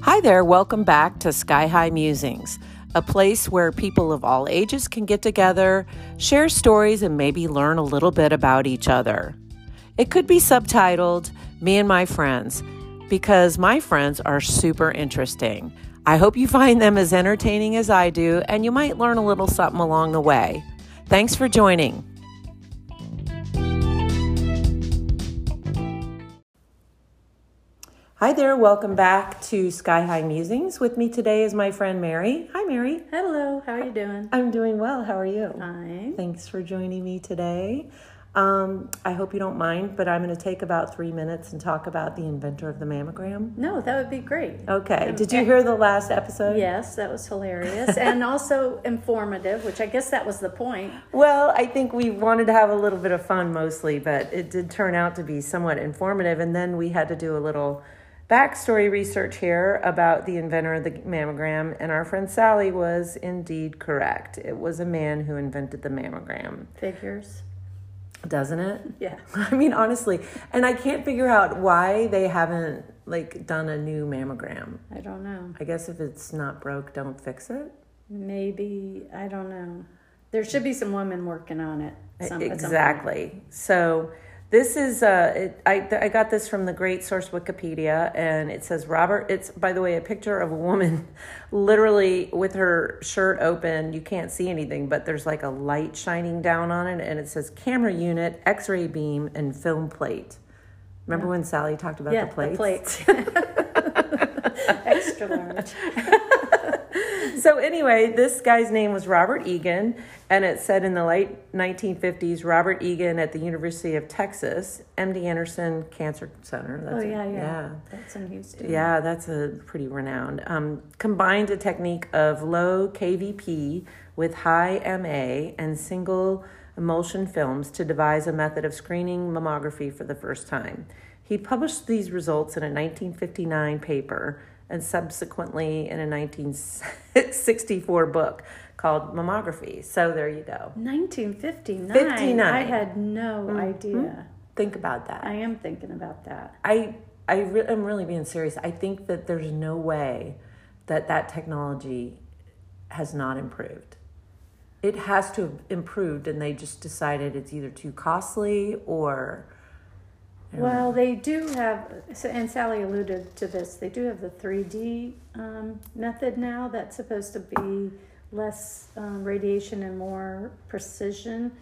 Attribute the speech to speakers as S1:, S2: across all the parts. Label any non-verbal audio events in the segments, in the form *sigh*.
S1: Hi there, welcome back to Sky High Musings, a place where people of all ages can get together, share stories, and maybe learn a little bit about each other. It could be subtitled Me and My Friends, because my friends are super interesting. I hope you *laughs* find them as entertaining as I do, and you might learn a little something along the way. Thanks for joining. Hi there, welcome back to Sky High Musings. With me today is my friend Mary. Hi, Mary.
S2: Hello, how are you doing?
S1: I'm doing well. How are you?
S2: Fine.
S1: Thanks for joining me today. Um, I hope you don't mind, but I'm going to take about three minutes and talk about the inventor of the mammogram.
S2: No, that would be great.
S1: Okay. Did you hear the last episode?
S2: Yes, that was
S1: *laughs*
S2: hilarious and also informative, which I guess that was the point.
S1: Well, I think we wanted to have a little bit of fun mostly, but it did turn out to be somewhat informative. And then we had to do a little backstory research here about the inventor of the mammogram. And our friend Sally was indeed correct. It was a man who invented the mammogram,
S2: Figures.
S1: doesn't it?
S2: Yeah.
S1: *laughs* I mean, honestly, and I can't figure out why they haven't like done a new mammogram.
S2: I don't know.
S1: I guess if it's not broke, don't fix it.
S2: Maybe, I don't know. There should be some women working on it. some- at some point.
S1: exactly. So this is uh, it, I th- I got this from the great source Wikipedia, and it says Robert. It's by the way a picture of a woman, *laughs* literally with her shirt open. You can't see anything, but there's like a light shining down on it, and it says camera unit, X-ray beam, and film plate. Remember when Sally talked about
S2: Yeah,
S1: the plates?
S2: the plates. Extra large.
S1: *laughs* So anyway, this guy's name was Robert Egan, and it said in the late 1950s, Robert Egan at the University of Texas, MD Anderson Cancer Center.
S2: Oh,
S1: That's it.
S2: yeah, yeah.
S1: yeah.
S2: That's in Houston.
S1: Yeah, that's a pretty renowned. Um, combined a technique of low KVP with high MA and single emulsion films to devise a method of screening mammography for the first time. He published these results in a 1959 paper and subsequently in a 1964 book called Mammography. So there you go.
S2: 1959.
S1: 59.
S2: I had no
S1: Mm-hmm.
S2: idea.
S1: Think about that.
S2: I am thinking about that.
S1: I I re- am really being serious. I think that there's no way that that technology has not improved. It has to have improved, and they just decided it's either too costly or
S2: Well, they do have, and Sally alluded to this, they do have the 3D um, method now that's supposed to be less um, radiation and more precision,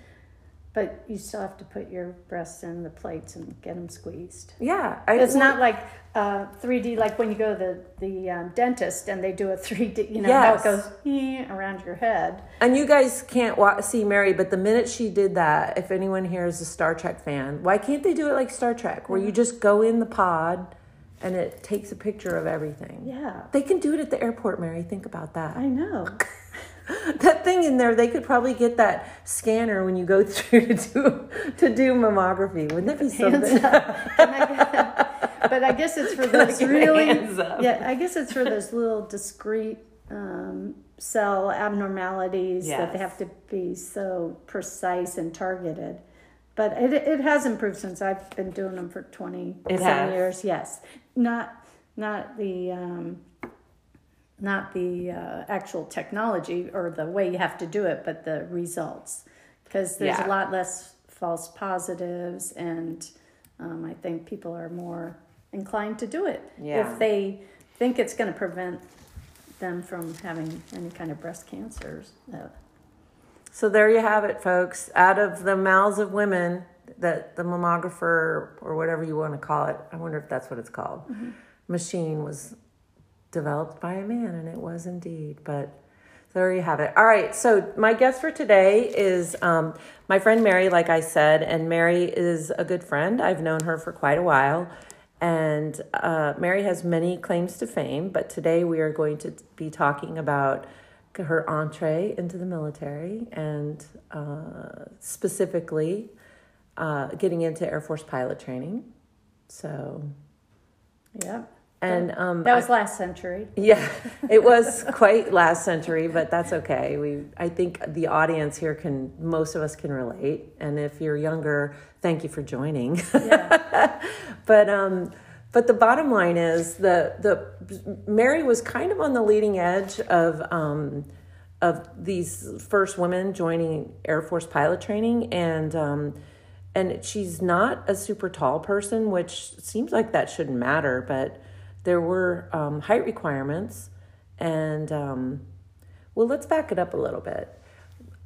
S2: but you still have to put your breasts in the plates and get them squeezed.
S1: yeah. I,
S2: It's not like uh, 3D, like when you go to the, the um, dentist and they do a 3D, you know,
S1: Yes.
S2: how it goes *laughs* eh, around your head.
S1: And you guys can't wa- see Mary, but the minute she did that, if anyone here is a Star Trek fan, why can't they do it like Star Trek, where you just go in the pod and it takes a picture of everything?
S2: Yeah,
S1: They can do it at the airport, Mary. Think about that.
S2: I *laughs* know.
S1: that thing in there they could probably get that scanner when you go *laughs* through to do, to do mammography wouldn't that be something
S2: hands up. Can I get- but I guess it's *laughs* for those
S1: get
S2: really,
S1: *laughs* hands up?
S2: yeah, I guess it's for those little discrete um, cell abnormalities that they
S1: Yes.
S2: have to be so precise and targeted. But it, it has improved since I've been doing them for 20
S1: It
S2: some
S1: has.
S2: years. Yes. Not, not the, um, not the uh, actual technology or the way you have to do it, but the results. Because there's
S1: Yeah.
S2: a lot less false positives, and um, I think people are more inclined to do it
S1: Yeah.
S2: if they think it's going to prevent them from having any kind of breast cancers. Uh,
S1: so there you have it folks out of the mouths of women that the mammographer or whatever you want to call it i wonder if that's what it's called machine was developed by a man and it was indeed but there you have it all right so my guest for today is um, my friend mary like i said and mary is a good friend i've known her for quite a while and uh, mary has many claims to fame but today we are going to be talking about her entree into the military and uh, specifically uh, getting into air force pilot training so
S2: yeah.
S1: and um,
S2: That was last century.
S1: yeah, *laughs* it was quite last century, but that's okay. We, I think the audience here can, most of us can relate. And if you're younger, thank you for joining.
S2: Yeah.
S1: but um, But the bottom line is the the Mary was kind of on the leading edge of um, of these first women joining Air Force pilot training, and um, and she's not a super tall person, which seems like that shouldn't matter, but there were um, height requirements, and um, well, let's back it up a little bit.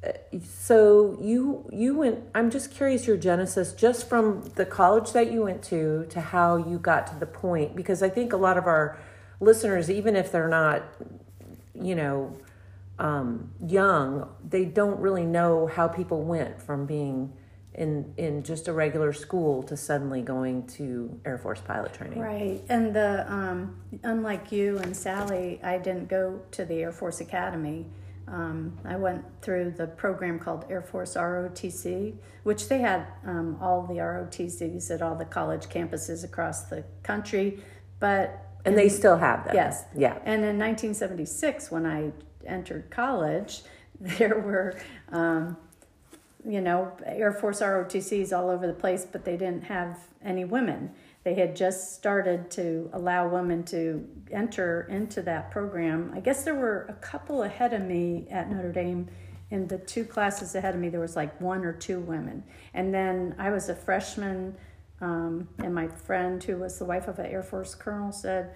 S1: Uh, So you you went. I'm just curious your genesis, just from the college that you went to, to how you got to the point, because I think a lot of our listeners, even if they're not, you know, um, young, they don't really know how people went from being in in just a regular school to suddenly going to Air Force pilot training.
S2: Right. And the um, unlike you and Sally, I didn't go to the Air Force Academy. Um, I went through the program called Air Force ROTC, which they had um, all the ROTCs at all the college campuses across the country. But
S1: And they still have that.
S2: Yes.
S1: Yeah.
S2: And in 1976, when I entered college, *laughs* there were, um, you know, Air Force ROTCs all over the place, but they didn't have any women. They had just started to allow women to enter into that program. I guess there were a couple ahead of me at Notre Dame. In the two classes ahead of me, there was like one or two women. And then I was a freshman, um, and my friend, who was the wife of an Air Force colonel, said,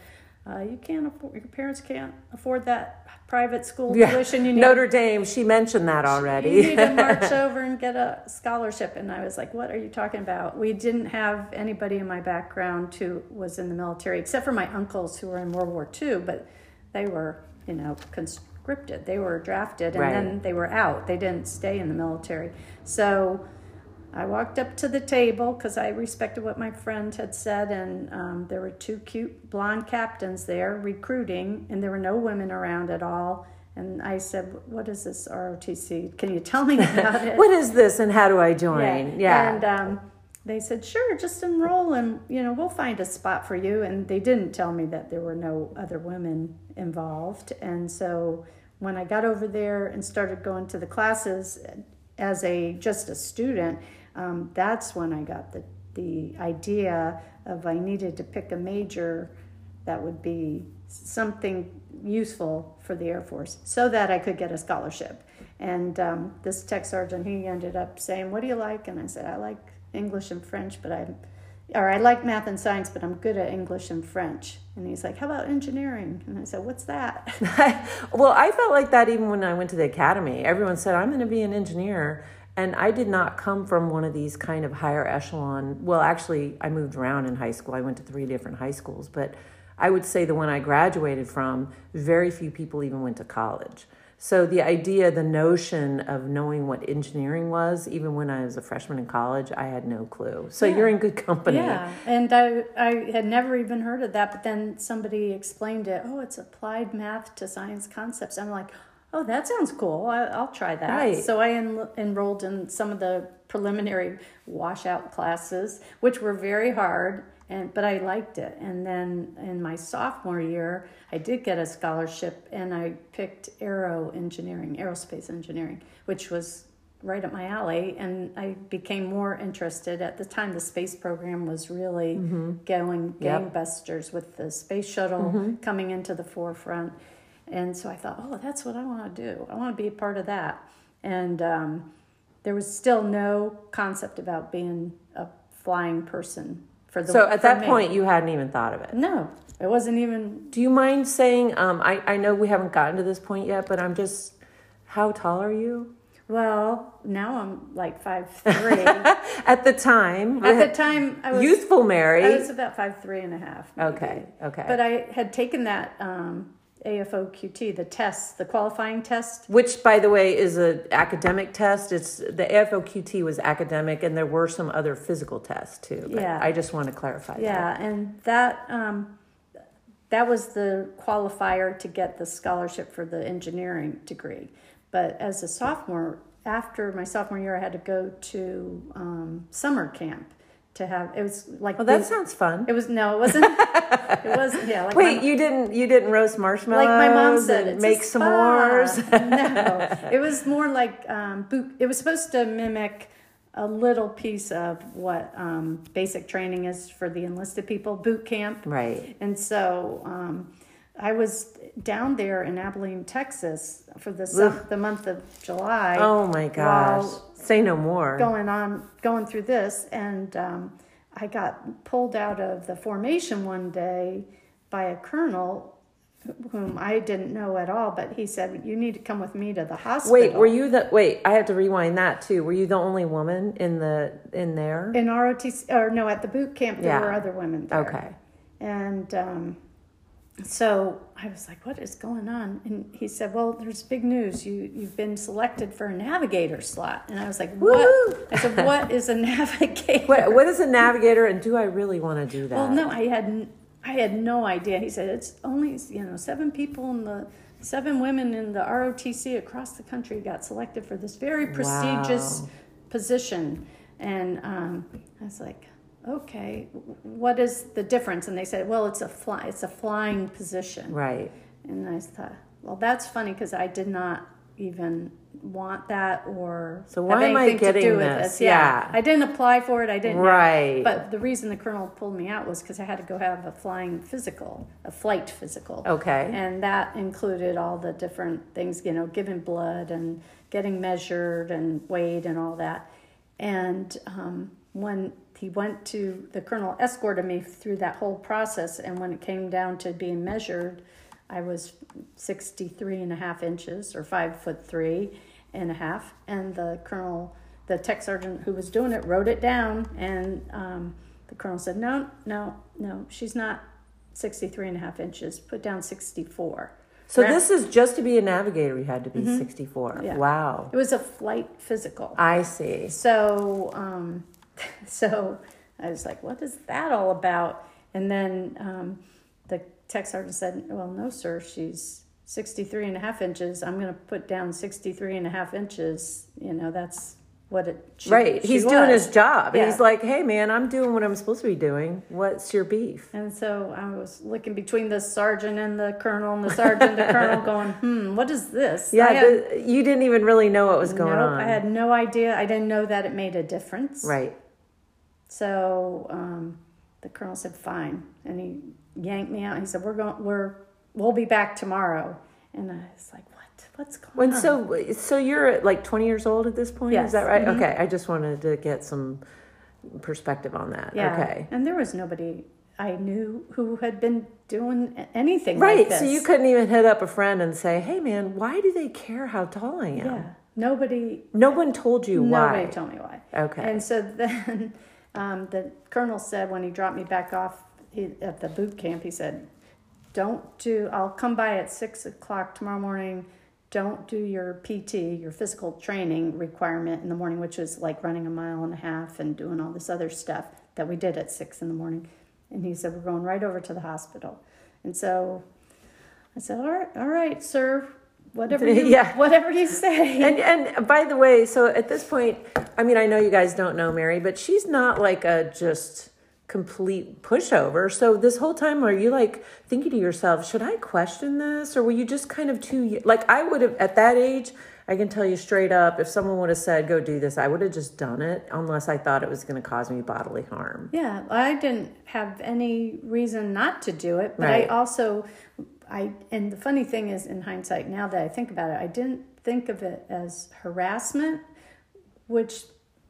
S2: uh, "You can't afford. Your parents can't afford that private school
S1: Yeah.
S2: tuition. You need
S1: Notre Dame, she mentioned that
S2: you
S1: already.
S2: need to march over and get a scholarship. And I was like, what are you talking about? We didn't have anybody in my background who was in the military, except for my uncles who were in World War II, but they were, you know, conscripted. They were drafted and
S1: Right.
S2: then they were out. They didn't stay in the military. So I walked up to the table because I respected what my friend had said, and um, there were two cute blonde captains there recruiting, and there were no women around at all. And I said, "What is this ROTC? Can you tell me about
S1: *laughs*
S2: it?"
S1: What is this and how do I join? Yeah.
S2: And um, they said, "Sure, just enroll, and you know we'll find a spot for you." And they didn't tell me that there were no other women involved. And so when I got over there and started going to the classes as a just a student, um, that's when I got the the idea of I needed to pick a major that would be something useful for the Air Force so that I could get a scholarship. And um, this tech sergeant, he ended up saying, What do you like? And I said, I like English and French, but I'm, or I like math and science, but I'm good at English and French. And he's like, How about engineering? And I said, What's that? *laughs*
S1: well, I felt like that even when I went to the academy. Everyone said, I'm going to be an engineer. And I did not come from one of these kind of higher echelon. Well, actually, I moved around in high school. I went to three different high schools, but I would say the one I graduated from, very few people even went to college. So the idea, the notion of knowing what engineering was, even when I was a freshman in college, I had no clue. So you're in good company.
S2: Yeah, and I I had never even heard of that, but then somebody explained it. Oh, it's applied math to science concepts. I'm like, oh, that sounds cool. I, I'll try that.
S1: Right.
S2: So I en- enrolled in some of the preliminary washout classes, which were very hard, and but I liked it. And then in my sophomore year, I did get a scholarship, and I picked aero engineering, aerospace engineering, which was right up my alley and i became more interested at the time the space program was really going
S1: Yep.
S2: gangbusters with the space shuttle
S1: Mm-hmm.
S2: coming into the forefront and so i thought oh that's what i want to do i want to be a part of that and um, there was still no concept about being a flying person for the
S1: So at
S2: for
S1: that
S2: me.
S1: point, you hadn't even thought of it.
S2: no it wasn't even
S1: Do you mind saying, um, I, I know we haven't gotten to this point yet, but I'm just, how tall are you? *laughs*
S2: well now i'm like five three at
S1: At the time,
S2: the time i was
S1: youthful
S2: I
S1: Mary.
S2: was about five three and a half. maybe.
S1: Okay, okay.
S2: But uh, I had taken that um, AFOQT, the test, the qualifying test.
S1: Which, by the way, is an academic test. It's the AFOQT was academic, and there were some other physical tests too. But
S2: Yeah.
S1: I just want to clarify that.
S2: Yeah, and that um, that was the qualifier to get the scholarship for the engineering degree. But as a sophomore, after my sophomore year, I had to go to um, summer camp to have. It was like
S1: Well, that
S2: the-
S1: sounds fun.
S2: it was no, it wasn't. it was
S1: *laughs*
S2: yeah. Like my
S1: Wait, you didn't you didn't roast marshmallows?
S2: like my mom said,
S1: and
S2: it's
S1: make
S2: a spa.
S1: s'mores.
S2: *laughs* no, it was more like um, boot. It was supposed to mimic a little piece of what um, basic training is for the enlisted people, boot camp.
S1: *laughs* Right.
S2: And so um, I was down there in Abilene, Texas for the, sum- the month of July.
S1: Oh my gosh.
S2: while
S1: Say no more.
S2: Going on, going through this, and um, I got pulled out of the formation one day by a colonel whom I didn't know at all, but he said, You need to come with me to the hospital.
S1: Wait, were you the wait, I have to rewind that too. Were you the only woman in the in there?
S2: In ROTC, or no, at the boot camp, there
S1: Yeah.
S2: were other women there.
S1: Okay.
S2: And um, so I was like, "What is going on?" And he said, "Well, there's big news. You you've been selected for a navigator slot." And I was like, "What?"
S1: Woo-hoo.
S2: I said, "What is a *laughs* navigator?"
S1: What what is a navigator and do I really want to do that?
S2: Well, no, I had n- I had no idea. He said, "It's only you know seven people in the." Seven women in the ROTC across the country got selected for this very prestigious
S1: Wow.
S2: position. And um, I was like, okay, what is the difference? And they said, well, it's a fly, it's a flying position.
S1: Right.
S2: And I thought, well, that's funny because I did not even want that or
S1: So why
S2: have
S1: am I
S2: anything to
S1: getting
S2: do with
S1: this?
S2: this. Yeah.
S1: Yeah.
S2: I didn't apply for it. I didn't.
S1: Right.
S2: But the reason the colonel pulled me out was because I had to go have a flying physical, a flight physical.
S1: Okay.
S2: And that included all the different things, you know, giving blood and getting measured and weighed and all that. And um, when he went to, the colonel escorted me through that whole process. And when it came down to being measured, I was 63 and a half inches or five foot three and a half. And the colonel, the tech sergeant who was doing it, wrote it down. And um, the colonel said, No, no, no, she's not 63 and a half inches. Put down 64.
S1: So
S2: Right.
S1: this is just to be a navigator you had to be 64.
S2: Mm-hmm. Yeah.
S1: Wow.
S2: It was a flight physical.
S1: I see.
S2: So, um, *laughs* so I was like, what is that all about? And then um, the tech sergeant said, well, no, sir, she's 63 and a half inches. I'm going to put down 63 and a half inches. You know, that's what it she,
S1: right.
S2: she
S1: He's doing
S2: was.
S1: his job.
S2: Yeah.
S1: He's like, "Hey man, I'm doing what I'm supposed to be doing. What's your beef?"
S2: And so I was looking between the sergeant and the colonel, and the sergeant and
S1: *laughs*
S2: the colonel going, hmm, what is this?
S1: Yeah,
S2: I had
S1: but you didn't even really know what was going
S2: no,
S1: on.
S2: I had no idea. I didn't know that it made a difference.
S1: right.
S2: So um, the colonel said, "Fine," and he yanked me out. He said, "We're going. We're we'll be back tomorrow." And I was like, "What? What's going
S1: When
S2: on?"
S1: so so you're like 20 years old at this point,
S2: Yes. Mm-hmm.
S1: is that right? Okay, I just wanted to get some perspective on that.
S2: yeah.
S1: Okay.
S2: And there was nobody I knew who had been doing a- anything Like
S1: Right.
S2: this.
S1: so you couldn't even hit up a friend and say, "Hey man, why do they care how tall I am?"
S2: Yeah. Nobody.
S1: No one told you why.
S2: Nobody told me why.
S1: Okay.
S2: And so then *laughs* um, the colonel said when he dropped me back off he, at the boot camp, he said, Don't do, I'll come by at six o'clock tomorrow morning. Don't do your PT, your physical training requirement in the morning, which is like running a mile and a half and doing all this other stuff that we did at six in the morning. And he said, We're going right over to the hospital. And so I said, All right, all right, sir.
S1: *laughs*
S2: Whatever you,
S1: Yeah.
S2: whatever you say.
S1: And and by the way, so at this point, I mean, I know you guys don't know Mary, but she's not like a just complete pushover. So this whole time, are you like thinking to yourself, should I question this, or were you just kind of too y- like I would have at that age? I can tell you straight up, if someone would have said, "Go do this," I would have just done it, unless I thought it was going to cause me bodily harm.
S2: Yeah, I didn't have any reason not to do it, but
S1: Right.
S2: I also I and the funny thing is in hindsight now that I think about it, I didn't think of it as harassment, which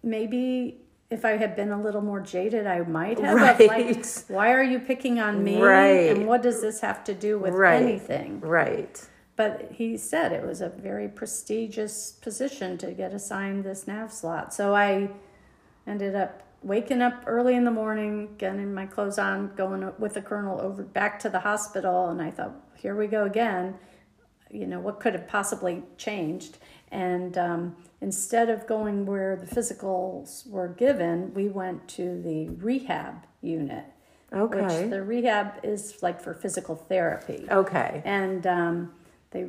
S2: maybe if I had been a little more jaded, I might have. of
S1: Right.
S2: Like, why are you picking on me?
S1: Right.
S2: And what does this have to do with
S1: Right.
S2: anything?
S1: Right.
S2: But he said it was a very prestigious position to get assigned this nav slot. So I ended up waking up early in the morning, getting my clothes on, going with the colonel over back to the hospital. And I thought, here we go again. You know, what could have possibly changed? And um, instead of going where the physicals were given, we went to the rehab unit.
S1: Okay.
S2: Which the rehab is like for physical therapy.
S1: Okay.
S2: And um, they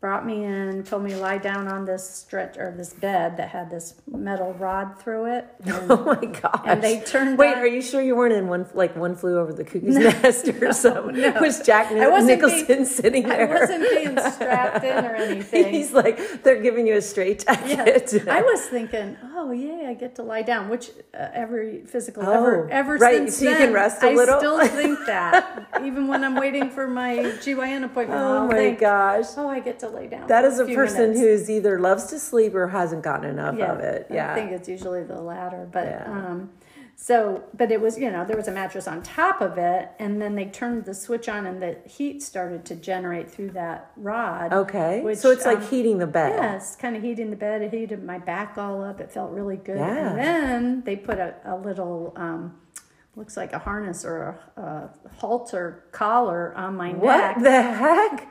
S2: brought me in, told me to lie down on this stretch or this bed that had this metal rod through it. And,
S1: *laughs* Oh my gosh.
S2: and they turned
S1: Wait,
S2: on-
S1: are you sure you weren't in one like one flew over the cuckoo's nest
S2: *laughs*
S1: or something? Was Jack
S2: I wasn't
S1: Nicholson
S2: being-
S1: sitting
S2: I
S1: there? *laughs*
S2: wasn't being strapped in or anything.
S1: He's like, they're giving you a straight
S2: Yeah.
S1: jacket.
S2: I was thinking, oh, oh yeah, I get to lie down, which uh, every physical
S1: Oh,
S2: ever ever
S1: right,
S2: since
S1: so you can
S2: then,
S1: rest a
S2: I
S1: little. *laughs*
S2: still think that even when I'm waiting for my GYN appointment.
S1: *laughs* Oh
S2: I'll
S1: my
S2: think,
S1: gosh.
S2: Oh, I get to lay down.
S1: That
S2: for
S1: is a
S2: few
S1: person
S2: minutes."
S1: who's either loves to sleep or hasn't gotten enough of it. Yeah.
S2: I think it's usually the latter, but
S1: Yeah.
S2: um so but it was, you know, there was a mattress on top of it and then they turned the switch on and the heat started to generate through that rod.
S1: okay.
S2: which,
S1: so it's like
S2: um,
S1: heating the bed.
S2: Yes, kind of heating the bed. It heated my back all up. It felt really good.
S1: Yeah.
S2: And then they put a, a little, um, looks like a harness or a, a halter collar on my neck.
S1: What the heck?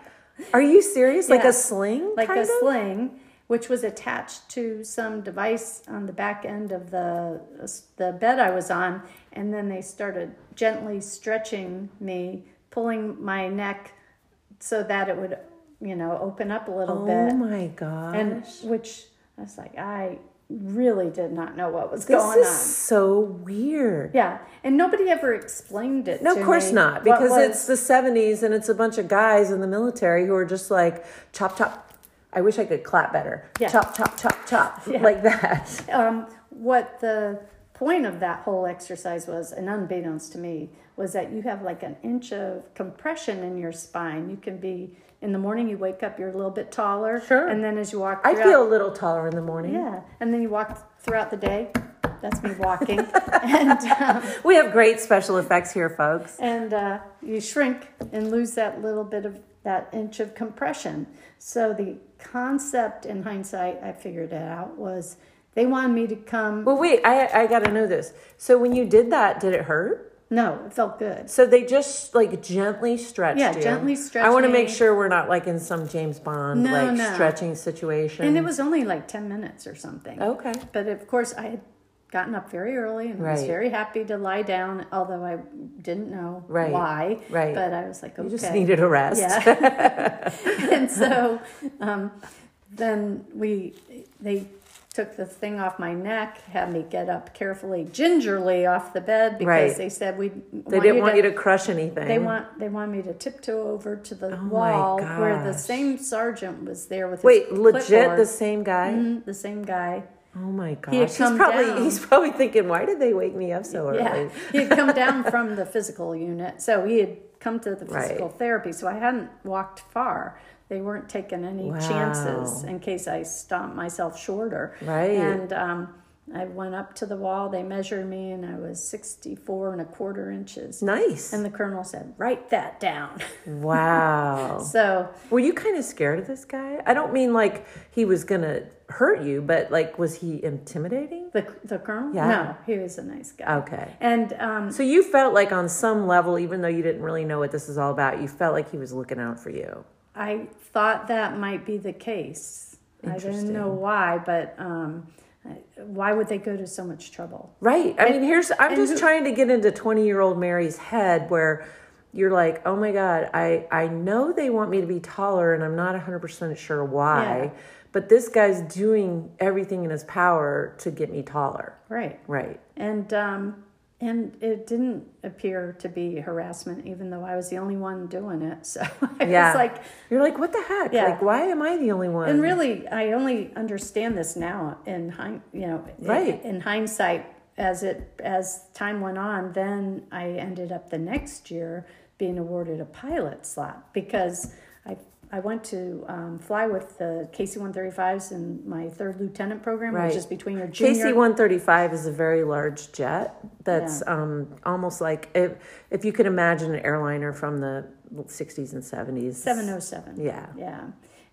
S1: Are you serious? Like
S2: Yeah.
S1: a sling?
S2: like
S1: kind
S2: a
S1: of?
S2: sling, which was attached to some device on the back end of the the bed I was on, and then they started gently stretching me, pulling my neck so that it would, you know, open up a little
S1: Oh
S2: bit,
S1: my gosh.
S2: and which I was like, I really did not know what was
S1: this
S2: going
S1: is
S2: on.
S1: so weird.
S2: Yeah, and nobody ever explained it.
S1: No,
S2: to
S1: of course
S2: me,
S1: not,
S2: what
S1: because
S2: was-
S1: it's the 70s and it's a bunch of guys in the military who are just like chop, chop. I wish I could clap better.
S2: Yeah.
S1: Chop, chop, chop,
S2: *laughs*
S1: chop. Like that.
S2: um, what the point of that whole exercise was, and unbeknownst to me, was that you have like an inch of compression in your spine. You can be in the morning. You wake up, you're a little bit taller.
S1: Sure.
S2: And then as you walk,
S1: I
S2: throughout,
S1: feel a little taller in the morning.
S2: yeah. And then you walk throughout the day. That's me
S1: *laughs*
S2: walking, and um,
S1: We have great special effects here, folks.
S2: and uh, you shrink and lose that little bit of that inch of compression. So the concept, in hindsight, I figured it out was they wanted me to come.
S1: Well, wait, I, I got to know this. So when you did that, did it hurt?
S2: No, it felt good.
S1: So they just like gently stretched
S2: Yeah,
S1: you.
S2: gently stretched
S1: I want to make
S2: me.
S1: sure we're not like in some James Bond
S2: No,
S1: like
S2: no.
S1: stretching situation.
S2: And it was only like 10 minutes or something.
S1: okay.
S2: But of course, I had gotten up very early and was
S1: Right.
S2: very happy to lie down, although I didn't know
S1: Right,
S2: why.
S1: right.
S2: But I was like, okay.
S1: You just needed a rest.
S2: Yeah. *laughs* and so um, then we, they took the thing off my neck, had me get up carefully, gingerly off the bed because
S1: Right.
S2: they said we.
S1: They didn't want you to crush anything.
S2: They want they want me to tiptoe over to the
S1: Oh my
S2: wall where the
S1: gosh.
S2: same sergeant was there with his
S1: Wait, legit
S2: clipboard.
S1: the same guy?
S2: Mhm, the same guy.
S1: Oh my gosh.
S2: had
S1: he's
S2: come
S1: probably
S2: down.
S1: he's probably thinking, why did they wake me up so early?
S2: Yeah, *laughs* he had come
S1: *laughs*
S2: down from the physical unit, so he had come to the
S1: Right.
S2: physical therapy. So I hadn't walked far. They weren't taking any chances
S1: Wow.
S2: in case I stomped myself shorter.
S1: Right.
S2: And um, I went up to the wall. They measured me, and I was sixty-four and a quarter inches.
S1: Nice.
S2: And *laughs* the colonel said, "Write that down." *laughs*
S1: wow.
S2: so
S1: Were you kind of scared of this guy? I don't mean like he was gonna hurt you, but like was he intimidating?
S2: the the colonel?
S1: Yeah. Oh.
S2: No, he was a nice guy.
S1: Okay.
S2: And um,
S1: So you felt like on some level, even though you didn't really know what this is all about, you felt like he was looking out for you.
S2: I thought that might be the case. I didn't know why, but um, I- why would they go to so much trouble?
S1: Right. I mean, here's I'm
S2: and
S1: just
S2: who-
S1: trying to get into 20 year old Mary's head where you're like, oh my God, I, I know they want me to be taller and I'm not 100% sure why,
S2: Yeah.
S1: but this guy's doing everything in his power to get me taller.
S2: Right.
S1: Right.
S2: And um, and it didn't appear to be harassment, even though I was the only one doing it. *laughs* So I
S1: Yeah.
S2: was like,
S1: You're like, what the heck?
S2: Yeah.
S1: Like, why am I the only one?
S2: and really, I only understand this now in hind, you know,
S1: Right.
S2: in hindsight. As it as time went on, then I ended up the next year being awarded a pilot slot because I I went to um, fly with the KC 135s in my third lieutenant program,
S1: Right.
S2: which is between your junior.
S1: KC 135 is a very large jet that's um, almost like if, if you could imagine an airliner from the 60s and 70s.
S2: 707.
S1: Yeah.
S2: Yeah.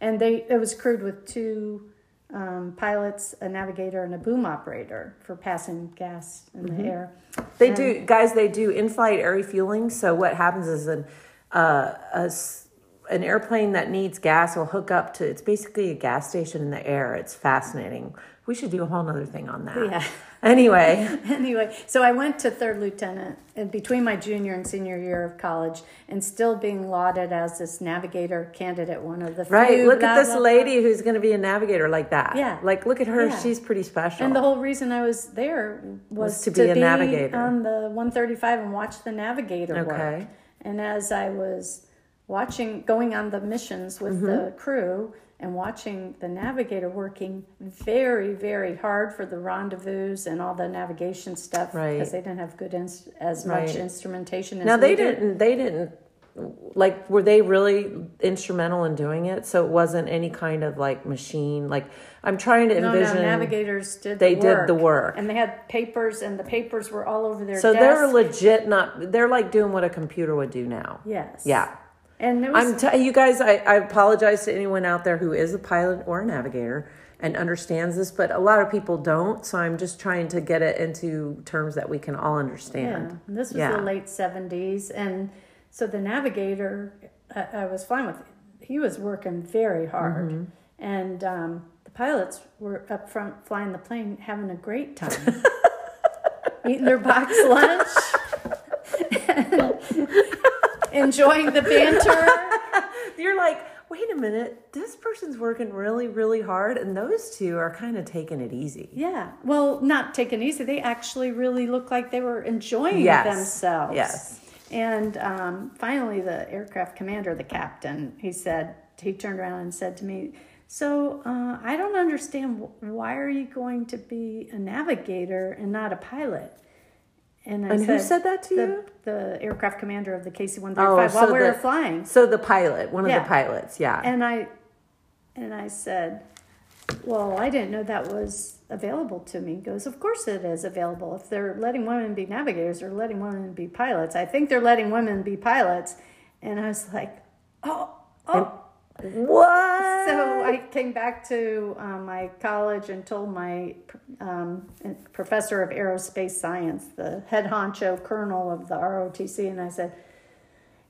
S2: And they it was crewed with two um, pilots, a navigator, and a boom operator for passing gas in the air.
S1: Mm-hmm. They do, guys. They do in-flight air refueling. So what happens is an uh, a s an airplane that needs gas will hook up to. It's basically a gas station in the air. It's fascinating. We should do a whole nother thing on that.
S2: Yeah.
S1: *laughs*
S2: *laughs*
S1: Anyway,
S2: anyway, so I went to third lieutenant in between my junior and senior year of college, and still being lauded as this navigator candidate, one of the
S1: right?
S2: few,
S1: look
S2: blah,
S1: at this
S2: blah, blah.
S1: lady who's going to be a navigator like that.
S2: Yeah.
S1: Like look at her.
S2: Yeah.
S1: She's pretty special.
S2: And the whole reason I was there was,
S1: Oh. to be a navigator.
S2: on the 135 and watch the navigator
S1: Okay. Mm-hmm.
S2: work. And as I was watching, going on the missions with the crew, and watching the navigator working very, very hard for the rendezvous and all the navigation stuff
S1: Right.
S2: because they didn't have good ins- as
S1: Right.
S2: much instrumentation. As
S1: Now
S2: we
S1: they
S2: did.
S1: didn't. They didn't. Like, were they really instrumental in doing it? So it wasn't any kind of like machine. Like, I'm trying to
S2: No,
S1: envision.
S2: no, navigators did.
S1: They
S2: the
S1: did
S2: work,
S1: the work.
S2: and they had papers, and the papers were all over their.
S1: so they're
S2: desk.
S1: legit not. They're like doing what a computer would do now.
S2: yes,
S1: Yeah.
S2: and it was
S1: I'm t- you guys. I, I apologize to anyone out there who is a pilot or a navigator and understands this, but a lot of people don't. So I'm just trying to get it into terms that we can all
S2: yeah,
S1: understand.
S2: this was
S1: Yeah.
S2: the late seventies, and so the navigator I, I was flying with. He was working very hard,
S1: Mm-hmm.
S2: and um, the pilots were up front flying the plane, having a great
S1: *laughs*
S2: time, eating their box lunch, *laughs* enjoying the banter.
S1: You're like, wait a minute. This person's working really, really hard, and those two are kind of taking it easy.
S2: Yeah. Well, not taken easy. They actually really looked like they were enjoying
S1: Yes.
S2: themselves.
S1: Yes.
S2: And um, finally, the aircraft commander, the captain, he said, he turned around and said to me, So uh, I don't understand wh- why are you going to be a navigator and not a pilot? And, I
S1: And who said that to
S2: the,
S1: you?
S2: The aircraft commander of the KC 135
S1: Oh,
S2: while
S1: so
S2: we were
S1: the-
S2: flying.
S1: So the pilot, one of
S2: Yeah.
S1: the pilots, yeah.
S2: And I and I said, Well, I didn't know that was available to me. He goes, Of course it is available. If they're letting women be navigators, they're letting women be pilots. I think they're letting women be pilots. And I was like, Oh, oh,
S1: what?
S2: so I came back to uh, my college and told my um, professor of aerospace science, the head honcho colonel of the ROTC, and I said,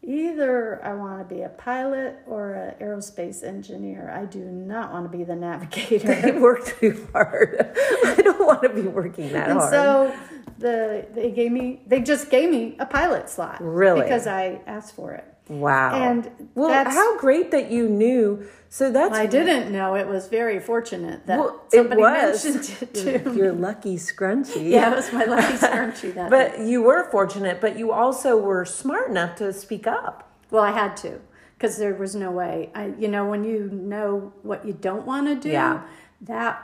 S2: either I want to be a pilot or an aerospace engineer. I do not want to be the navigator.
S1: *laughs* *laughs* they work too hard. *laughs* I don't want to be working that
S2: and
S1: hard.
S2: so the they gave me they just gave me a pilot slot
S1: Really?
S2: because I asked for it.
S1: wow.
S2: and
S1: well,
S2: that's-
S1: how great that you knew. So that's *laughs*
S2: I didn't know it was very fortunate that
S1: Well, it
S2: somebody
S1: was.
S2: mentioned
S1: *laughs*
S2: it to
S1: your, your lucky
S2: *laughs*
S1: scrunchie.
S2: Yeah, it was my lucky scrunchie that. But
S1: But you were fortunate, but you also were smart enough to speak up.
S2: well, I had to because there was no way. I, you know, when you know what you don't want to do,
S1: Yeah.
S2: that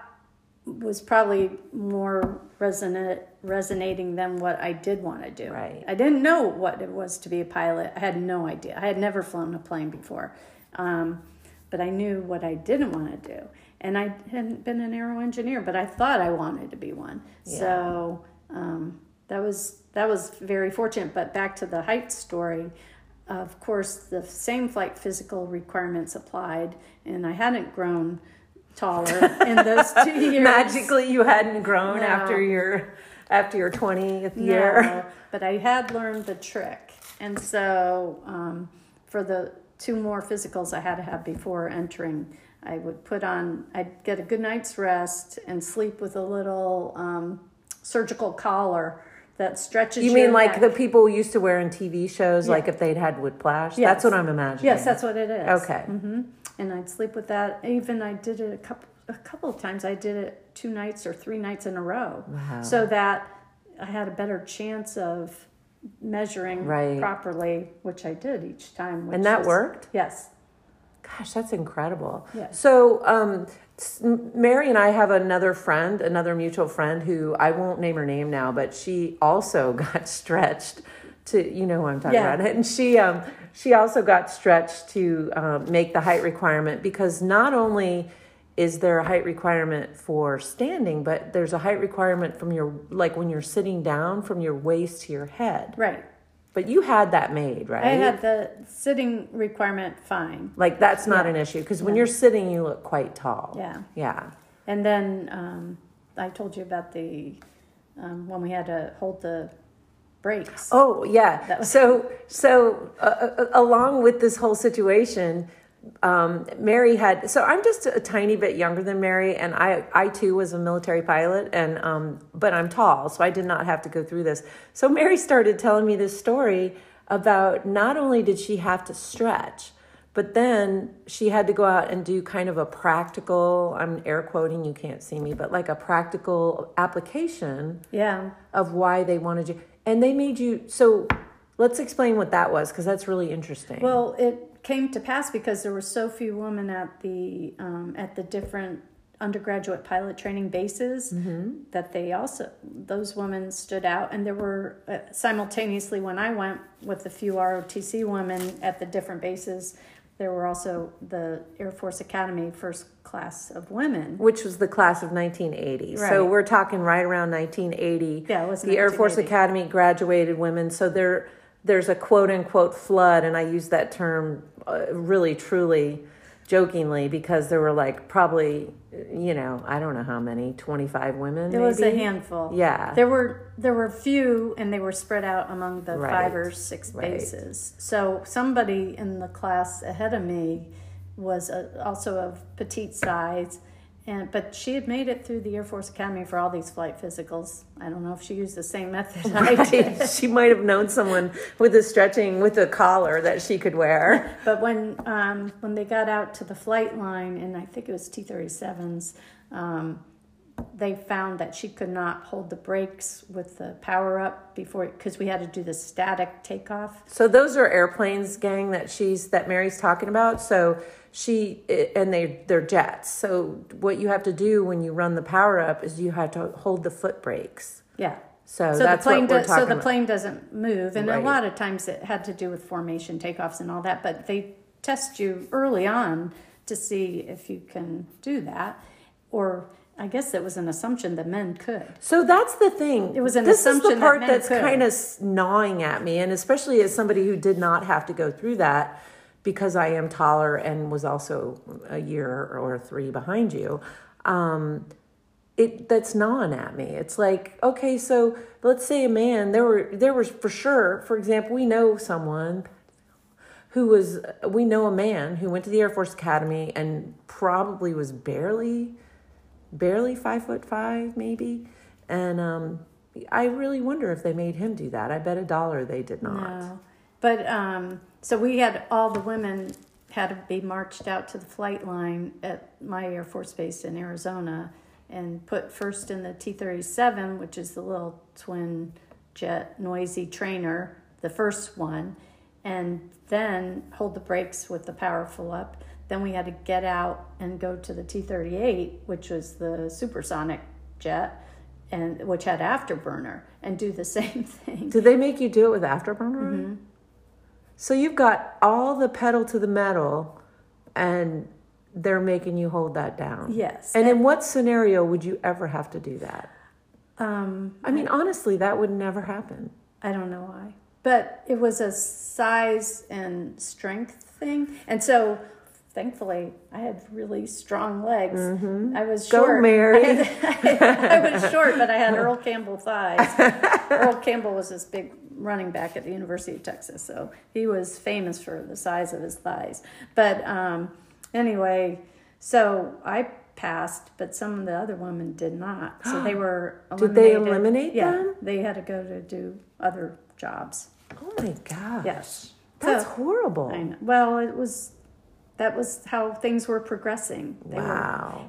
S2: was probably more resonant resonating than what I did want to do.
S1: Right.
S2: I didn't know what it was to be a pilot. I had no idea. I had never flown a plane before, um, but I knew what I didn't want to do. And I hadn't been an aero engineer, but I thought I wanted to be one. So um, that was that was very fortunate. But back to the height story. Of course, the same flight physical requirements applied, and I hadn't grown taller in those
S1: *laughs*
S2: two years.
S1: Magically, you hadn't grown
S2: No.
S1: after your after your twentieth
S2: No,
S1: year.
S2: but I had learned the trick. And so um, for the two more physicals I had to have before entering, I would put on, I'd get a good night's rest and sleep with a little um, surgical collar that
S1: *laughs*
S2: stretches
S1: You mean
S2: your
S1: like
S2: neck.
S1: the people used to wear in TV shows, like if they'd had whiplash? That's
S2: Yes.
S1: what I'm imagining.
S2: Yes, that's what it is. Mm-hmm.
S1: Okay.
S2: And I'd sleep with that. Even I did it a couple a couple of times. I did it two nights or three nights in a row.
S1: Wow.
S2: So that I had a better chance of measuring
S1: Right.
S2: properly, which I did each time. Which
S1: And that
S2: was-
S1: worked?
S2: Yes.
S1: Gosh, that's incredible.
S2: Yeah.
S1: So, um, s- Mary and I have another friend, another mutual friend who I won't name her name now, but she also *laughs* got stretched to, you know, who I'm talking
S2: Yeah.
S1: about. And she, um, she also got stretched to um, make the height requirement because not only is there a height requirement for standing, but there's a height requirement from your, like when you're sitting down, from your waist to your head.
S2: Right.
S1: But you had that made, right?
S2: I had the sitting requirement fine.
S1: Like that's not an issue because when you're sitting, you look quite tall.
S2: Yeah.
S1: Yeah.
S2: And then um, I told you about the um, when we had to hold the brakes.
S1: Oh yeah. So so uh, uh, along with this whole situation, um, Mary had. So I'm just a tiny bit younger than Mary, and I I too was a military pilot, and um, but I'm tall, so I did not have to go through this. So Mary started telling me this story about not only did she have to stretch. But then she had to go out and do kind of a practical, I'm air quoting, you can't see me, but like a practical application
S2: Yeah.
S1: of why they wanted you and they made you so let's explain what that was because that's really interesting
S2: Well, it came to pass because there were so few women at the um, at the different undergraduate pilot training bases that they also those women stood out and there were uh, simultaneously when i went with the few rotc women at the different bases there were also the air force academy first class of women
S1: which was the class of 1980. So
S2: Right.
S1: we're talking right around 1980.
S2: Yeah, it was
S1: the Air Force
S2: 1980.
S1: Academy graduated women. So there, there's a quote unquote flood, and I use that term uh, really truly jokingly because there were like probably, you know, I don't know how many, 25 women.
S2: There was a
S1: maybe?
S2: handful.
S1: Yeah.
S2: There were there were few and they were spread out among the
S1: Right.
S2: five or six
S1: Right.
S2: bases. So somebody in the class ahead of me was a, also of petite size and but she had made it through the Air Force Academy for all these flight physicals. I don't know if she used the same method I
S1: *laughs*
S2: did. *laughs*
S1: Right. she might have known someone with a stretching with a collar that she could wear.
S2: But when um, when they got out to the flight line, and I think it was T thirty sevens, they found that she could not hold the brakes with the power up before because we had to do the static takeoff.
S1: So those are airplanes, gang, that she's that Mary's talking about. So she and they they're jets. So what you have to do when you run the power up is you have to hold the foot brakes.
S2: Yeah.
S1: So,
S2: So
S1: that's
S2: the plane
S1: what we're
S2: does,
S1: talking
S2: so the
S1: about.
S2: plane doesn't move, and
S1: Right.
S2: a lot of times it had to do with formation takeoffs and all that. But they test you early on to see if you can do that, or I guess it was an assumption that men could.
S1: So that's the thing.
S2: It was an
S1: this is
S2: assumption
S1: the
S2: that
S1: part
S2: men
S1: that's
S2: could.
S1: kind of gnawing at me, and especially as somebody who did not have to go through that, because I am taller and was also a year or three behind you. Um, it that's gnawing at me. It's like okay, so let's say a man. There were there was for sure. For example, we know someone who was we know a man who went to the Air Force Academy and probably was barely barely five foot five, maybe. And um, I really wonder if they made him do that. I bet a dollar they did not.
S2: No. But um, so we had all the women had to be marched out to the flight line at my Air Force Base in Arizona and put first in the T 37, which is the little twin jet noisy trainer, the first one, and then hold the brakes with the powerful up. Then we had to get out and go to the T 38, which was the supersonic jet. And which had afterburner and do the *laughs* same thing.
S1: Did they make you do it with afterburner? on? So you've got all the pedal to the metal, and they're making you hold that down.
S2: Yes.
S1: And in what scenario would you ever have to do that?
S2: Um,
S1: I mean, honestly, that would never happen.
S2: I don't know why, but it was a size and strength thing, and so thankfully I had really strong legs. I was
S1: Mm-hmm. Go,
S2: short.
S1: Mary.
S2: I, had- *laughs* I was short, but I
S1: *laughs*
S2: had Earl Campbell thighs. Earl Campbell was this big running back at the University of Texas, so he was famous for the size of his thighs. But um, anyway, so I passed, but some of the other women did not. So
S1: *gasps*
S2: they were
S1: Did they
S2: eliminated.
S1: eliminate
S2: yeah,
S1: them?
S2: They had to go to do other jobs.
S1: Oh my gosh.
S2: Yes.
S1: That's
S2: So-
S1: horrible.
S2: I know. Well, it was that was how things were progressing. They were
S1: Wow.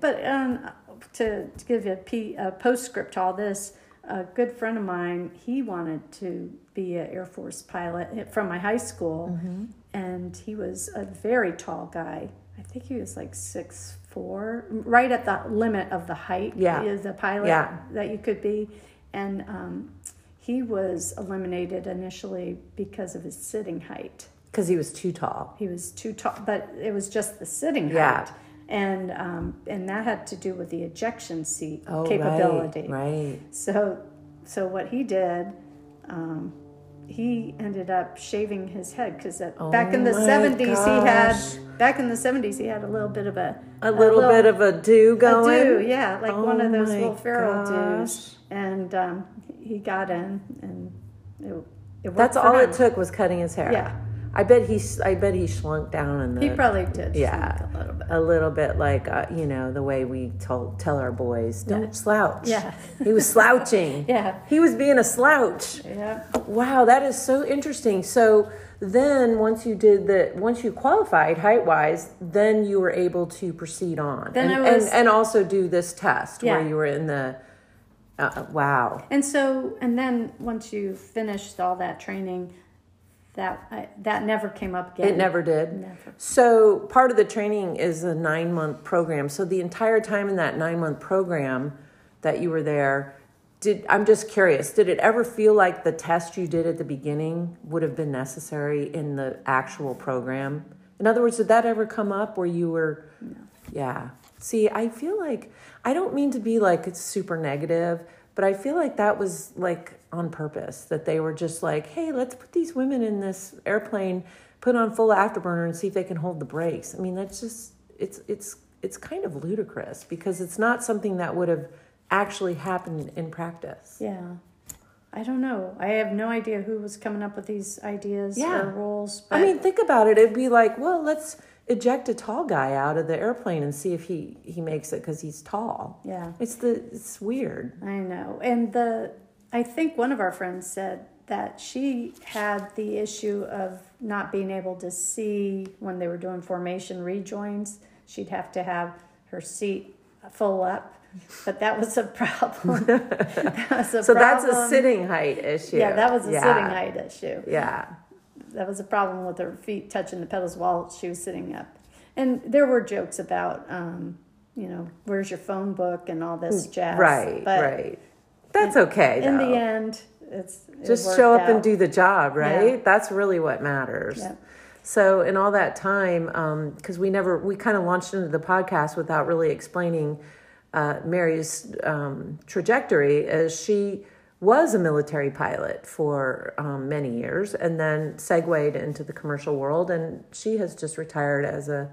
S2: but um, to, to give you a, p- a postscript to all this, a good friend of mine, he wanted to be an Air Force pilot from my high school,
S1: Mm-hmm.
S2: and he was a very tall guy. I think he was like six four, right at the limit of the height.
S1: Yeah.
S2: is a pilot
S1: Yeah.
S2: that you could be, and um, he was eliminated initially because of his sitting height
S1: Because he was too tall.
S2: he was too tall, but it was just the sitting
S1: Yeah.
S2: height. And um, and that had to do with the ejection seat
S1: Oh, right,
S2: capability.
S1: Right.
S2: So so what he did, um, he ended up shaving his head because back in the
S1: Oh my
S2: seventies he
S1: gosh.
S2: had back in the seventies he had a little bit of a
S1: A little, bit of a do going.
S2: a do, yeah, like one
S1: Oh
S2: of those
S1: my
S2: little feral
S1: gosh.
S2: dudes. And um, he got in and it, it worked.
S1: That's
S2: for
S1: all
S2: him.
S1: it took was cutting his hair.
S2: Yeah.
S1: I bet he. s- I bet he slunk down in the.
S2: He probably did
S1: Yeah.
S2: shrink a little bit.
S1: a little bit like uh, you know the way we tell tell our boys don't slouch.
S2: Yeah.
S1: he was slouching. *laughs*
S2: Yeah.
S1: he was being a slouch.
S2: Yeah.
S1: Wow, that is so interesting. So then, once you did the, once you qualified height wise, then you were able to proceed on,
S2: Then
S1: and,
S2: I was-
S1: and and also do this test where
S2: Yeah.
S1: you were in the. Uh, wow.
S2: And so, and then once you finished all that training, that I, that never came up again.
S1: It never did.
S2: Never.
S1: So part of the training is a nine month program. So the entire time in that nine month program that you were there, did I'm just curious, did it ever feel like the test you did at the beginning would have been necessary in the actual program? In other words, did that ever come up where you were Yeah. See, I feel like I don't mean to be like it's super negative, but I feel like that was like on purpose that they were just like, "Hey, let's put these women in this airplane, put on full afterburner and see if they can hold the brakes." I mean, that's just it's it's it's kind of ludicrous because it's not something that would have actually happened in practice.
S2: Yeah. I don't know. I have no idea who was coming up with these ideas
S1: Yeah.
S2: or rules. But
S1: I mean, think about it. It'd be like, "Well, let's eject a tall guy out of the airplane and see if he he makes it cuz he's tall."
S2: yeah.
S1: It's the it's weird.
S2: I know. And the I think one of our friends said that she had the issue of not being able to see when they were doing formation rejoins. She'd have to have her seat full up. But that was a *laughs* problem. that was a
S1: So
S2: problem.
S1: that's a sitting height issue.
S2: Yeah, that was a
S1: Yeah.
S2: sitting height issue.
S1: Yeah.
S2: That was a problem with her feet touching the pedals while she was sitting up. And there were jokes about, um, you know, where's your phone book and all this jazz.
S1: Mm, Right,
S2: but
S1: right. That's okay.
S2: in
S1: though.
S2: the end, it's it
S1: just
S2: worked
S1: show up and
S2: out.
S1: do the job, right?
S2: Yeah.
S1: That's really what matters.
S2: Yep.
S1: So, in all that time, because we never, we kind of launched into the podcast without really explaining uh, Mary's um, trajectory, as she was a military pilot for um, many years and then segued into the commercial world. And she has just retired as a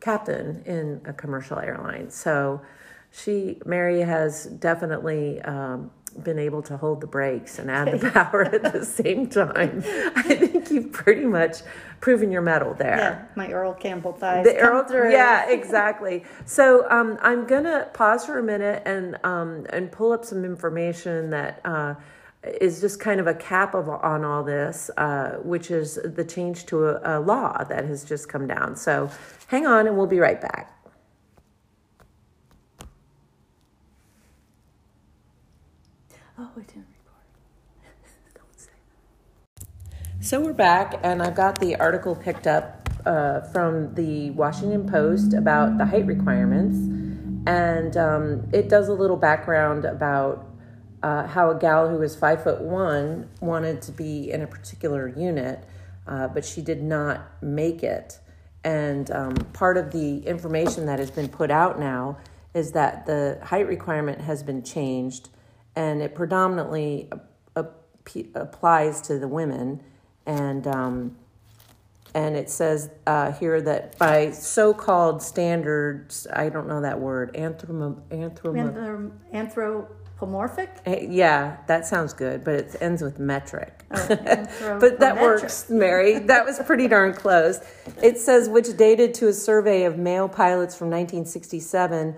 S1: captain in a commercial airline. So, she, Mary, has definitely um, been able to hold the brakes and add the power at the same time. *laughs* I think you've pretty much proven your mettle there.
S2: Yeah, my Earl Campbell thighs.
S1: The
S2: come
S1: Earl,
S2: through. *laughs*
S1: yeah, exactly. So um, I'm gonna pause for a minute and um, and pull up some information that uh, is just kind of a cap of on all this, uh, which is the change to a, a law that has just come down. So hang on, and we'll be right back.
S2: Oh, I didn't record.
S1: So we're back, and I've got the article picked up uh, from the Washington Post about the height requirements, and um, it does a little background about uh, how a gal who was five foot one wanted to be in a particular unit, uh, but she did not make it. And um, part of the information that has been put out now is that the height requirement has been changed, and it predominantly ap- applies to the women. And um, and it says uh, here that by so-called standards, I don't know that word, anthropo- anthropo-
S2: Anthrop- Anthropomorphic.
S1: Eh, Yeah, that sounds good, but it ends with metric.
S2: Oh,
S1: *laughs* But that
S2: anthropometric.
S1: works, Mary. That was pretty darn close. It says, which dated to a survey of male pilots from 1967,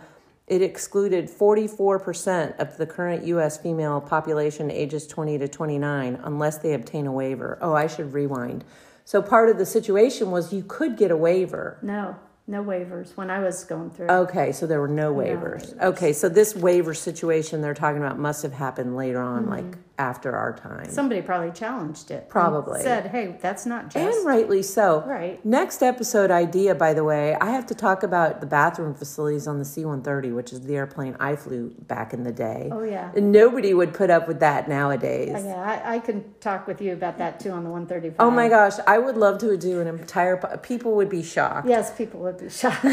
S1: it excluded 44% of the current U.S. female population ages 20 to 29 unless they obtain a waiver. Oh, I should rewind. So part of the situation was you could get a waiver.
S2: No, no waivers when I was going through.
S1: Okay, so there were no waivers. Okay, so this waiver situation they're talking about must have happened later on, like after our time.
S2: Somebody probably challenged it. and
S1: Probably.
S2: said, "Hey, that's not just."
S1: And rightly so.
S2: Right.
S1: Next episode idea, by the way, I have to talk about the bathroom facilities on the C 130, which is the airplane I flew back in the day.
S2: Oh, yeah.
S1: And nobody would put up with that nowadays.
S2: yeah, I, I can talk with you about that too on the one thirty five.
S1: Oh my gosh, I would love to do an entire, po- people would be shocked.
S2: Yes, people would be shocked.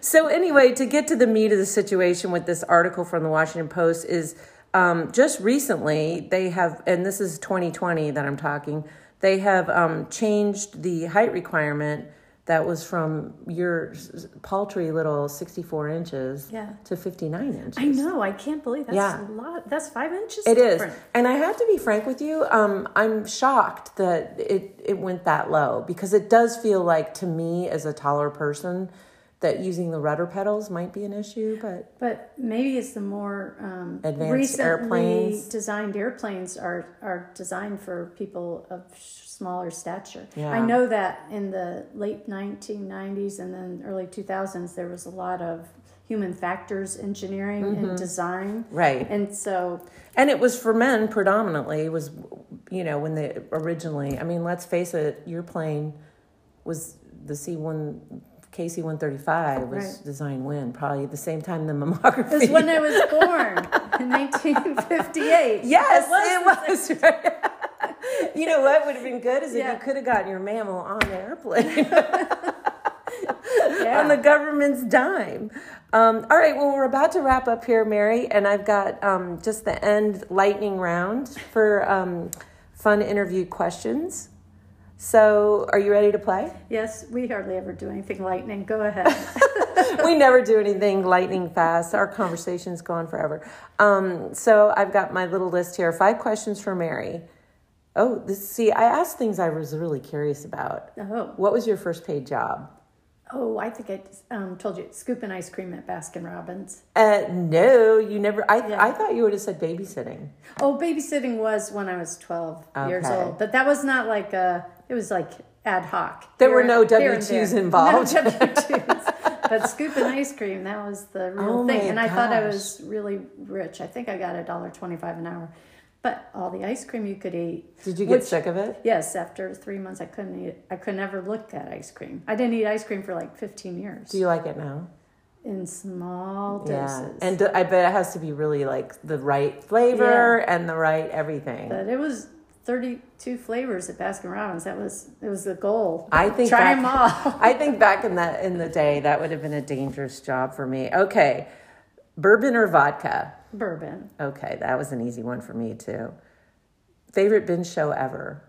S1: So anyway, to get to the meat of the situation with this article from the Washington Post is um, just recently they have, and this is 2020 that I'm talking. They have um, changed the height requirement that was from your s- s- paltry little 64 inches
S2: Yeah.
S1: to 59 inches.
S2: *laughs* I know. I can't believe that's
S1: Yeah.
S2: a lot. That's five inches.
S1: It is,
S2: different.
S1: and I have to be frank with you. Um, I'm shocked that it it went that low because it does feel like to me as a taller person that using the rudder pedals might be an issue, but.
S2: But maybe it's the more um,
S1: Advanced
S2: recently
S1: airplanes.
S2: designed airplanes are are designed for people of smaller stature.
S1: Yeah.
S2: I know that in the late 1990s and then early 2000s, there was a lot of human factors engineering and design,
S1: Right.
S2: and so
S1: And it was for men predominantly was you know, when they originally, I mean, let's face it, your plane was the C one KC one thirty five was
S2: Right.
S1: designed when probably at the same time the *laughs* mammography.
S2: It was when I
S1: *laughs*
S2: was born in 1958.
S1: Yes,
S2: It was.
S1: it was. *laughs* right. you know what would have been good is if
S2: Yeah.
S1: you could have gotten your mammal on the airplane
S2: Yeah.
S1: on the government's dime. Um, all right, well, we're about to wrap up here, Mary, and I've got um, just the end lightning round for um, fun interview questions. So, are you ready to
S2: *laughs*
S1: play?
S2: yes, we hardly ever do anything lightning.
S1: *laughs*
S2: Go ahead.
S1: we never do anything lightning fast. Our conversation's gone forever. Um, so I've got my little list here. Five questions for Mary. Oh, this, see, I asked things I was really curious about.
S2: Oh,
S1: What was your first paid job?
S2: oh, I think I um, told you scooping ice cream at Baskin Robbins.
S1: Uh, no, you never. I
S2: Yeah.
S1: I thought you would have said babysitting.
S2: Oh, babysitting was when I was 12 years
S1: Okay.
S2: old, but that was not like a. It was like ad hoc.
S1: There were
S2: Here-
S1: no
S2: here and
S1: W-2s
S2: there.
S1: involved. *laughs*
S2: No W-2s. but scooping ice cream, that was the real
S1: Oh
S2: thing.
S1: my
S2: And I thought I
S1: gosh.
S2: was really rich. I think I got a dollar twenty-five an hour. But all the ice cream you could eat.
S1: Did you get
S2: which-
S1: sick of it?
S2: Yes, after three months, I couldn't eat. I could never look at ice cream. I didn't eat ice cream for like fifteen years
S1: Do you like it now?
S2: in small doses.
S1: and I bet it has to be really like the right flavor and the right everything.
S2: but it was thirty-two flavors at Baskin Robbins. That was it was the goal.
S1: I think
S2: try
S1: back-
S2: them all.
S1: *laughs*
S2: *laughs*
S1: I think back in that in the day that would have been a dangerous job for me. Okay. Bourbon or vodka?
S2: Bourbon.
S1: Okay, that was an easy one for me too. Favorite binge show ever?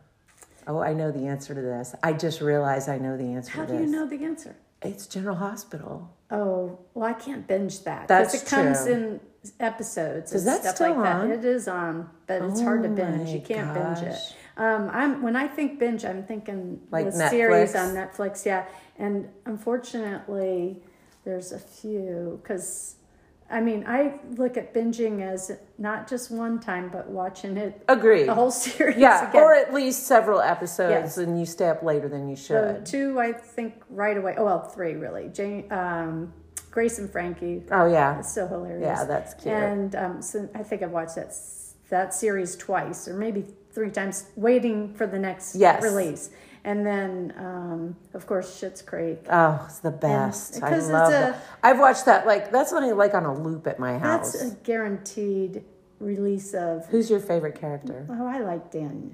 S1: Oh, I know the answer to this. I just realized I know the answer
S2: How
S1: to
S2: do
S1: this.
S2: you know the answer?
S1: It's General Hospital.
S2: Oh, well, I can't binge that
S1: That's
S2: it comes
S1: true.
S2: in episodes and
S1: Is that
S2: stuff
S1: still
S2: like that.
S1: on?
S2: It is on, but it's hard to
S1: Oh
S2: binge.
S1: my
S2: You can't binge it.
S1: gosh.
S2: Um, I'm when I think binge, I'm thinking
S1: Like
S2: the series
S1: Netflix?
S2: on Netflix. Yeah, and unfortunately, there's a few because. I mean, I look at binging as not just one time, but watching it
S1: Agreed.
S2: the whole *laughs* series.
S1: yeah,
S2: again.
S1: or at least several episodes
S2: Yes.
S1: and you stay up later than you
S2: So
S1: should.
S2: two, I think, right away. Oh, well, three really. Jane, um, Grace and Frankie.
S1: oh yeah.
S2: That's so hilarious.
S1: Yeah, that's cute.
S2: And um, so I think I've watched that s- that series twice, or maybe three times, waiting for the next
S1: Yes.
S2: release. And then, um, of course, Schitt's Creek.
S1: Oh, it's the best. I
S2: because it's
S1: love
S2: a-
S1: that. I've watched that like that's only like on a loop at my house.
S2: That's a guaranteed release of.
S1: Who's your favorite character?
S2: Oh, I like Daniel.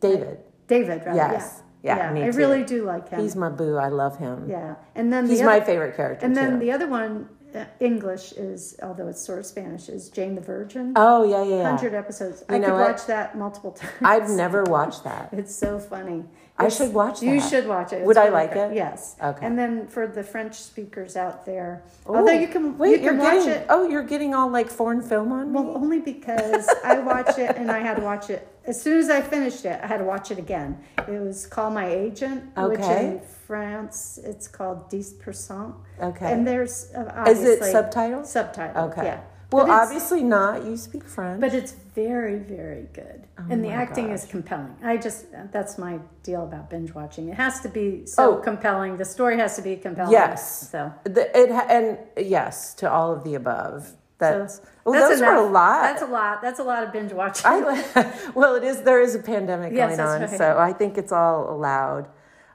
S1: David.
S2: David, rather.
S1: Yes. Yeah, me
S2: I
S1: too.
S2: really do like him.
S1: He's my boo. I love him.
S2: yeah. And then
S1: He's
S2: the other,
S1: my favorite character.
S2: And then
S1: too.
S2: the other one, uh, English is, although it's sort of Spanish, is Jane the Virgin.
S1: oh yeah, yeah.
S2: Hundred
S1: yeah.
S2: episodes.
S1: You
S2: I
S1: know
S2: could
S1: what?
S2: watch that multiple *laughs* times.
S1: I've never watched that.
S2: It's so funny.
S1: I
S2: It's-
S1: should watch
S2: You
S1: that.
S2: should watch it. It's
S1: Would I
S2: really
S1: like
S2: great.
S1: it?
S2: Yes.
S1: Okay.
S2: And then for the French speakers out there,
S1: Oh,
S2: although you can
S1: wait.
S2: you can
S1: are
S2: watch
S1: getting
S2: it.
S1: oh, you're getting all like foreign film on me.
S2: Well, only
S1: *laughs*
S2: because I watch it and I had to watch it as soon as I finished it. I had to watch it again. It was Call My Agent, which
S1: Okay.
S2: in France it's called 10%.
S1: Okay.
S2: And there's uh,
S1: Is
S2: obviously
S1: it subtitles?
S2: subtitled.
S1: Okay.
S2: Yeah.
S1: Well,
S2: But it's-
S1: obviously not. You speak French.
S2: But it's very, very good. and the
S1: Oh my
S2: acting is compelling. I just, that's my deal about binge watching. It has to be so
S1: Oh.
S2: compelling. The story has to be compelling.
S1: Yes.
S2: So
S1: The- it ha- and yes to all of the above. That's well,
S2: that's
S1: those were a
S2: enough.
S1: lot.
S2: That's a lot. That's a lot of binge watching. *laughs*
S1: I, *laughs* well, it is. There is a pandemic
S2: Yes,
S1: going on,
S2: that's right.
S1: so I think it's all allowed.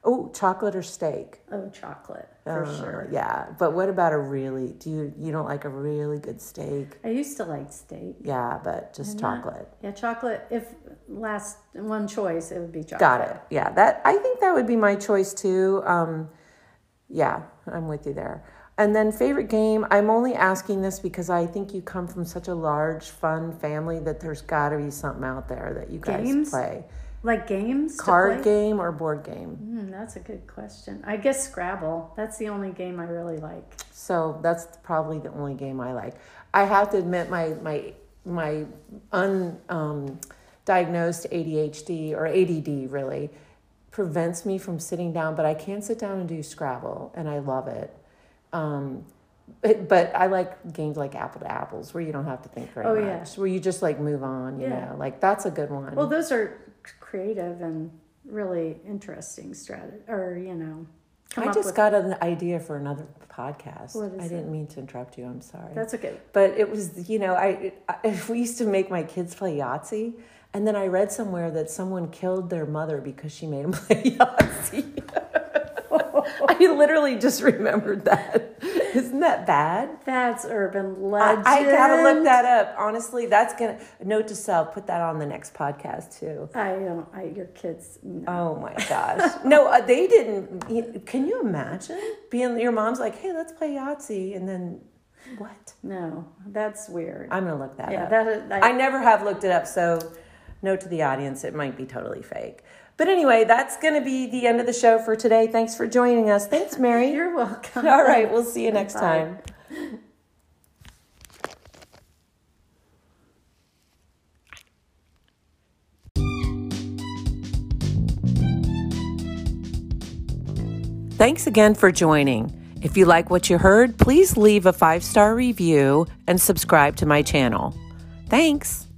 S1: Oh, chocolate or steak?
S2: oh, chocolate, for
S1: Uh,
S2: sure.
S1: Yeah, but what about a really? Do you you don't like a really good steak?
S2: I used to like steak.
S1: Yeah, but just chocolate.
S2: Yeah, chocolate. If last one choice, it would be chocolate.
S1: Got it. Yeah, that I think that would be my choice too. Um, yeah, I'm with you there. And then favorite game. I'm only asking this because I think you come from such a large, fun family that there's got to be something out there that you guys
S2: Games?
S1: play.
S2: Like games? to
S1: Card
S2: play?
S1: game or board game.
S2: Hmm, that's a good question. I guess Scrabble. That's the only game I really like.
S1: So that's probably the only game I like. I have to admit my my my un um, diagnosed ADHD or ADD really prevents me from sitting down, but I can sit down and do Scrabble, and I love it. Um, but, but I like games like Apple to Apples, where you don't have to think very
S2: Oh, yeah.
S1: much, where you just like move on. You
S2: Yeah.
S1: know, like that's a good one.
S2: Well, those are c- creative and really interesting strategy, or you know, come
S1: I
S2: up
S1: just
S2: with.
S1: got an idea for another podcast.
S2: What is
S1: I
S2: it?
S1: didn't mean to interrupt you. I'm sorry.
S2: That's okay.
S1: *laughs* But it was, you know, I, I we used to make my kids play Yahtzee, And then I read somewhere that someone killed their mother because she made him *laughs* play Yahtzee. *laughs* I literally just remembered that. *laughs* Isn't that bad?
S2: That's urban
S1: I,
S2: legend.
S1: I gotta look that up. Honestly, that's gonna note to self. Put that on the next podcast too.
S2: I don't. I, your kids. no.
S1: Oh my gosh! no, uh, they didn't. he- Can you imagine being your mom's like, "Hey, let's play Yahtzee," and then what?
S2: No, that's weird.
S1: I'm gonna look that
S2: yeah,
S1: up.
S2: that is.
S1: I
S2: I,
S1: never have looked it up, so note to the audience, it might be totally fake. But anyway, that's going to be the end of the show for today. Thanks for joining us. Thanks, Mary.
S2: you're
S1: *laughs*
S2: welcome.
S1: All right, we'll see you next
S2: Bye.
S1: time. Thanks again for joining. If you like what you heard, please leave a five star review and subscribe to my channel. Thanks.